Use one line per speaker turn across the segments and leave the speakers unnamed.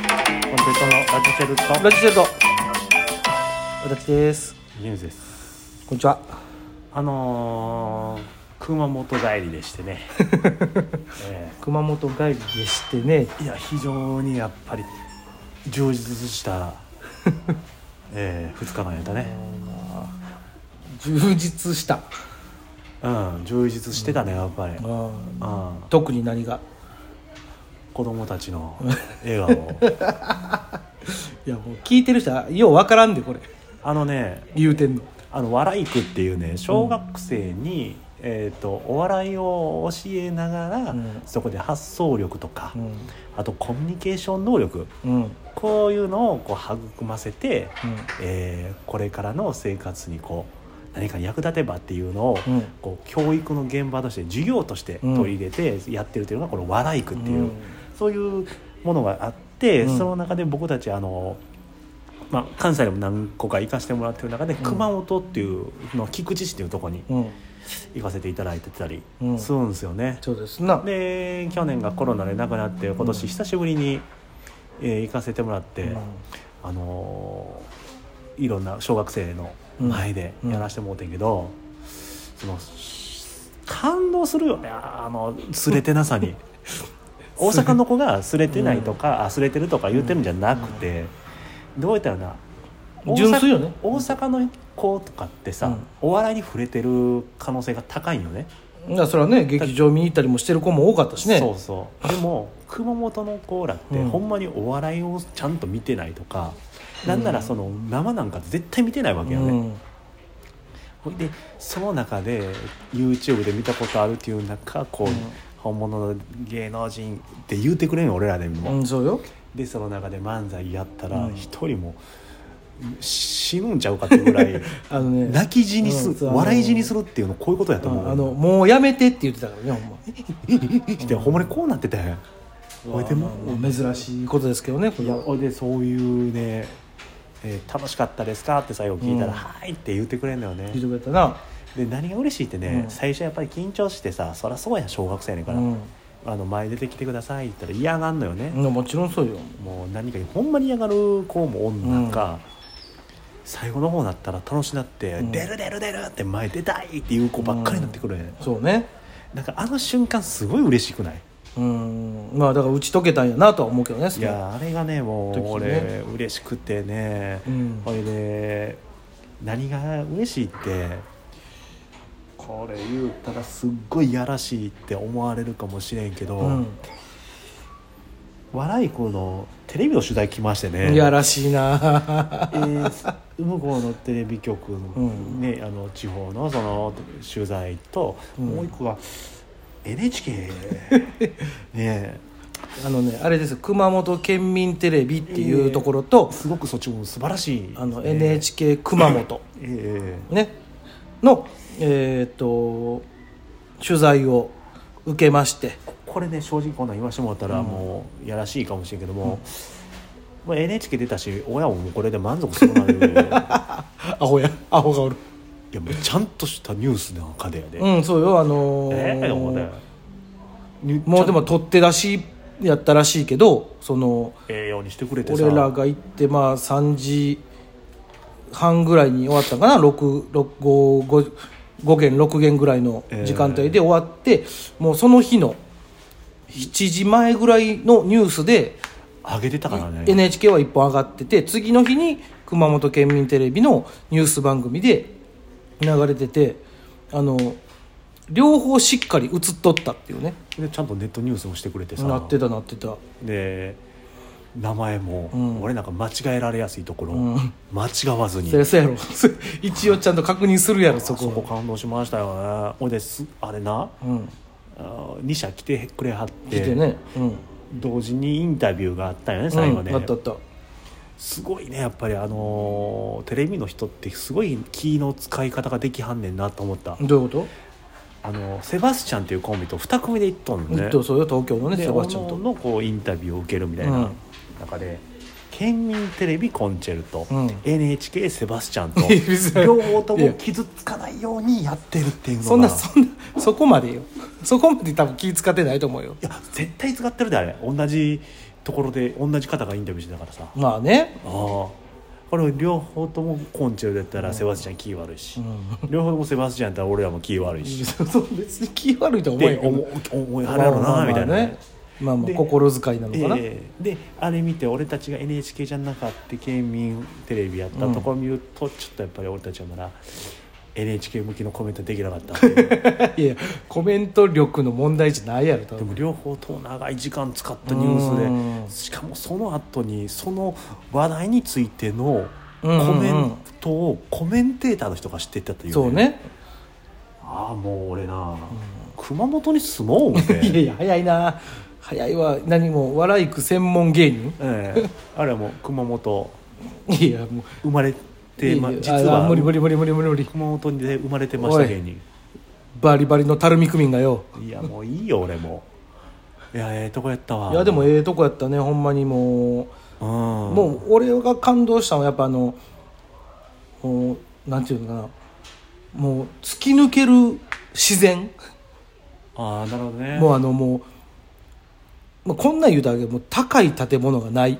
ベトのラジチェルと
ラジチェルト私です
ユーズです
こんにちは
あのー、熊本帰りでして ね、え
熊本帰りでしてね
えいや非常にやっぱり充実した ええ2日間やったね
充実した
うん充実してたねやっぱり、うん、
特に何が
子供たち の笑顔
いやもう聞いてる人はようわからんでこれ
あのね
言うてんの
あの「笑いく」っていうね小学生に、えー、とお笑いを教えながら、
うん
そこで発想力とか、
うん
あとコミュニケーション能力
うんうん
こういうのをこう育ませて、えーこれからの生活にこう何かに役立てばっていうのを、
うん
こう教育の現場として授業として
うん
取り入れてやってるというのがこの「笑いく」っていう、
うん
そういうものがあって、
うん
その中で僕たちあの、まあ、関西でも何個か行かせてもらってる中で、熊本っていうの菊池市っていうところに
うん
行かせていただいてたり
うん
するんですよね。
そうですな
で去年がコロナで亡くなって今年久しぶりに、えー行かせてもらって。
うん
あのーいろんな小学生の前で
うん
やらせてもうてんけど、その感動するよねあのすれてなさに 大阪の子がすれてないとか、あすれてるとか言ってるんじゃなくて、どうやったらな大阪
純粋よね
大阪の子とかってさ、
うん
お笑いに触れてる可能性が高いよね
だからそれはね劇場見に行ったりもしてる子も多かったしね
そうそうでも熊本の子らって、
うん
ほんまにお笑いをちゃんと見てないとか、なんならその生なんか絶対見てないわけよね、
ん
ほいでその中で YouTube で見たことあるっていう中こう、
うん
本物の芸能人って言うてくれんよ俺らでも、
うんそうよ
でその中で漫才やったら
うん
一人も死ぬんちゃうかってぐら い
あのね
泣き死にす
うんそう
る
あの
笑い死にするっていうのこういうことやと思う
あのもうやめてって言ってたからねほ
でほ
んま
んまにこうなっててほいでも
まあまあ珍しいことですけどねこ
い
れ
や
は
ほいでそういうね、えー楽しかったですか?」って最後聞いたら「
うん
はい」って言ってくれるんだよね
聞いてくれたな
で何が嬉しいってね、
うん
最初やっぱり緊張してさそりゃそうや小学生やねんから、
うん
あの前出てきてくださいって言ったら嫌がんのよね、
うんもちろんそうよ
もう何かほんまに嫌がる子もおん中、最後の方になったら楽しなって「
ん
出る出る出る!」って前出たいっていう子ばっかりになってくるね、
そうね
なんかあの瞬間すごい嬉しくない
うんまあだから打ち解けたんやなとは思うけどねそ
い
れ
やあれがねもう
時ね
俺嬉しくてね、
うん
これで何が嬉しいってこれ言うたらすっごいやらしいって思われるかもしれんけど、
うん
笑い子のテレビの取材来ましてね
いやらしいな
えー向こうのテレビ局の,、
うん
ねあの地方のその取材と、
うん
もう一個は NHK ね
あのねあれですよ熊本県民テレビっていうところと、
すごくそっちも素晴らしい、
あの NHK 熊本
ええ
ねのえっ、と取材を受けまして
これね正直こんなん言わしてもらったらもうやらしいかもしれんけども、まあ NHK 出たし親ももうこれで満足するまで いや
アホやアホがおる
もうちゃんとしたニュースの中でやで、
うんそうよあのー
ええ思うてに
もうでも取ってらしいやったらしいけどその
ええようにしてくれてさ
俺らが行ってまあ3時半ぐらいに終わったかな5件6件ぐらいの時間帯で終わって、もうその日の7時前ぐらいのニュースで
上げてたからね
NHK は1本上がってて次の日に熊本県民テレビのニュース番組で流れててあの両方しっかり映っとったっていうね
でちゃんとネットニュースもしてくれてさ
なってたなってた。
で名前も、
ん
俺なんか間違えられやすいところ、
ん
間違わずに
そりゃそうやろ 一応ちゃんと確認するやろ
そ
そ
こ
こ
感動しましたよねほいですあれな
うん
2社来てくれはって
来てね、うん、
同時にインタビューがあったよね最後ね、
うんあったあった
すごいねやっぱりあのーテレビの人ってすごい気の使い方ができはんねんなと思った、
どういうこと
あのセバスチャンっていうコンビと2組で行っとんの
え
ね
っとそうよ東京のね
で
セ
お
バスチャ
の
ン
お
と
のこうインタビューを受けるみたいな
うん
中で、県民テレビコンチェルト、
うん
NHK セバスチャン
いや別
と
に
両方と
い
も
や
傷つかないようにやってるっていうのが
そんなそんなそこまでよそこまで多分気使ってないと思うよ
いや絶対使ってるであれ同じところで同じ方がインタビューしてたからさあ
まあね、
あこれ両方とも昆虫だったらセバスチャン気悪いし、両方ともセバスチャンだったら俺らも気悪いし、
そう別に気悪いとは思え
で
んけど
思い思い払うやろ
ま
な
あまあまあ
みたいな、
ねまあまあ
で
心遣いなのかな、
ええであれ見て俺たちが NHK じゃなかった県民テレビやったところ見ると、ちょっとやっぱり俺たちはまだ NHK 向きのコメントできなかった っていう
いやコメント力の問題じゃないやろ
で
多分
も両方とも長い時間使ったニュース
うん
でしかもその後にその話題についてのコ
うんうんうん
メントをコメンテーターの人が知ってたっていう、
そうね
ああもう俺な、熊本に住もう思って
いやいや早いな早いわ何も笑いく専門芸人
ええあれはもう熊本
いやもう
生まれて、ま、
いやい
実
やあ
は
無理無理無理無理無理無理
熊本で生まれてました芸人
バリバリのたるみ区民がよ
いやもういいよ俺もいやええとこやったわ
いやでも
え
ええとこやったねほんまにも
う
う
ん
も
も
う俺が感動したのはやっぱあのもうなんていうのかなもう突き抜ける自然
ああなるほどね
もうあのもう、まあ、こんなん言うたらあれだけどもう高い建物がない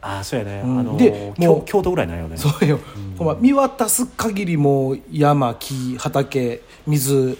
ああそうやね、
うん
あの
で
き
も
ょ
う
京都ぐらいないよね
そうよ、ほんま見渡す限りもう山木畑水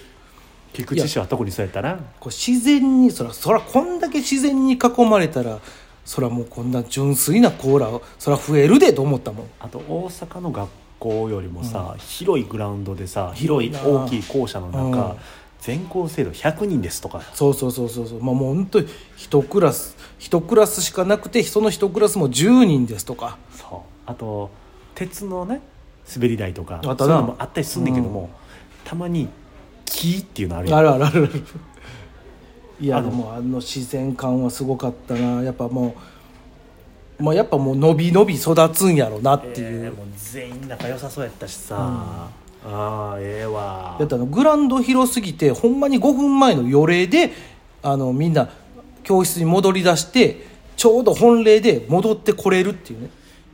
菊池市は特にそうやったな
こう自然にそらそらこんだけ自然に囲まれたらそらもうこんな純粋なコーラそら増えるでと思ったもん
あと大阪の学校よりもさ、広いグラウンドでさ広い
広いな
大きい校舎の中、
うん
全校生徒100人ですとか
そうそうそうそうそうまあもう本当に一クラス一クラスしかなくてその一クラスも10人ですとか
そうあと鉄のね滑り台とか
あっ
そ
たな
ういうのもあったりすんねんけども、たまに木っていうのあるやん
あるあるあるあるいや
あ
で
の
もあの自然感はすごかったなやっぱもう、まあ、やっぱもう伸び伸び育つんやろなっていう、
えーもう全員仲良さそうやったしさ、ああええわ
だってあのグラウンド広すぎてほんまに5分前の予礼であのみんな教室に戻り出してちょうど本礼で戻ってこれるっていうね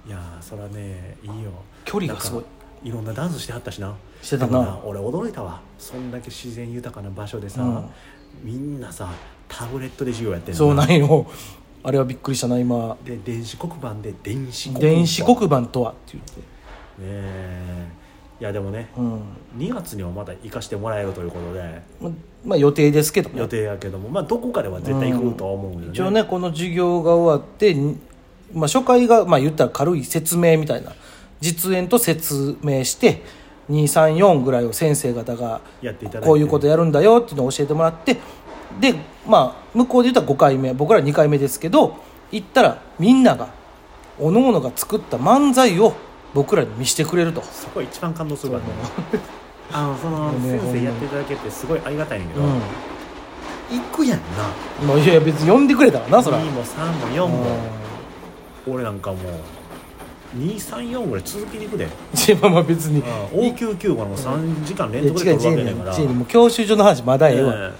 いやーそらねいいよ
距離がすごい
なんかいろんなダンスしてはったしな
してたな
でも俺驚いたわそんだけ自然豊かな場所でさ、
うん
みんなさタブレットで授業やってんの
そうなんよあれはびっくりしたな今
で電子黒板で電子黒板
電子黒
ね
板とはって言って、
えいやでもね、
うん
2月にはまだ行かしてもらえるということで
ま、まあ予定ですけどね
予定やけどもまあどこかでは絶対行くとは思うよね、
一応ねこの授業が終わって、にまあ、初回が、まあ、言ったら軽い説明みたいな実演と説明して234ぐらいを先生方が
やっていただいて
こういうことやるんだよっていうのを教えてもらってでまあ向こうで言ったら5回目僕ら2回目ですけど行ったらみんながおののが作った漫才を僕らに見せてくれると。
そこが一番感動するわねあのその
ね
先生やっていただけてすごいありがたいんやけ
う
ど、
ん
行くやんな
まあ、いやいや別に呼んでくれたらなそら
2も3も4
うん
も俺なんかもう234ぐらい続きに行くで
ちまあまあ別にい
応急救護の3時間連
や違う
続で取るわけ
違う
だから
違うもう教習所の話まだええわ、
え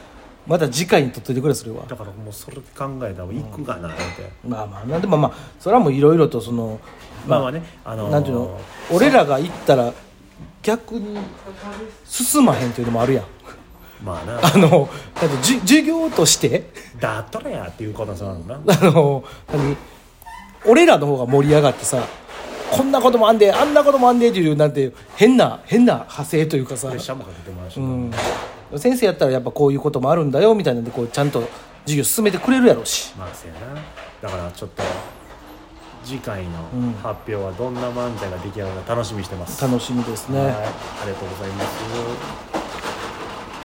また次回にとっといてくれそれは
えだからもうそれ考えたら行くがなって、
まあまあなんでもまあそれはもういろいろとその
まあまあねあのー
なんていうの俺らが行ったら逆に進まへんっていうのもあるやん
まあな
あのだってじゅ授業として
だったらやっていうことさなのな
あの何俺らの方が盛り上がってさこんなこともあんであんなこともあんでっていうなんていう変な変な派生というかさ
プレッシャーもかけてもらうし、
うん先生やったらやっぱこういうこともあるんだよみたいなんでこうちゃんと授業進めてくれるやろうし
まあそうやなだからちょっと次回の発表はどんな漫才が出来上がるか楽しみにしてます、
楽しみですね、
はいありがとうございます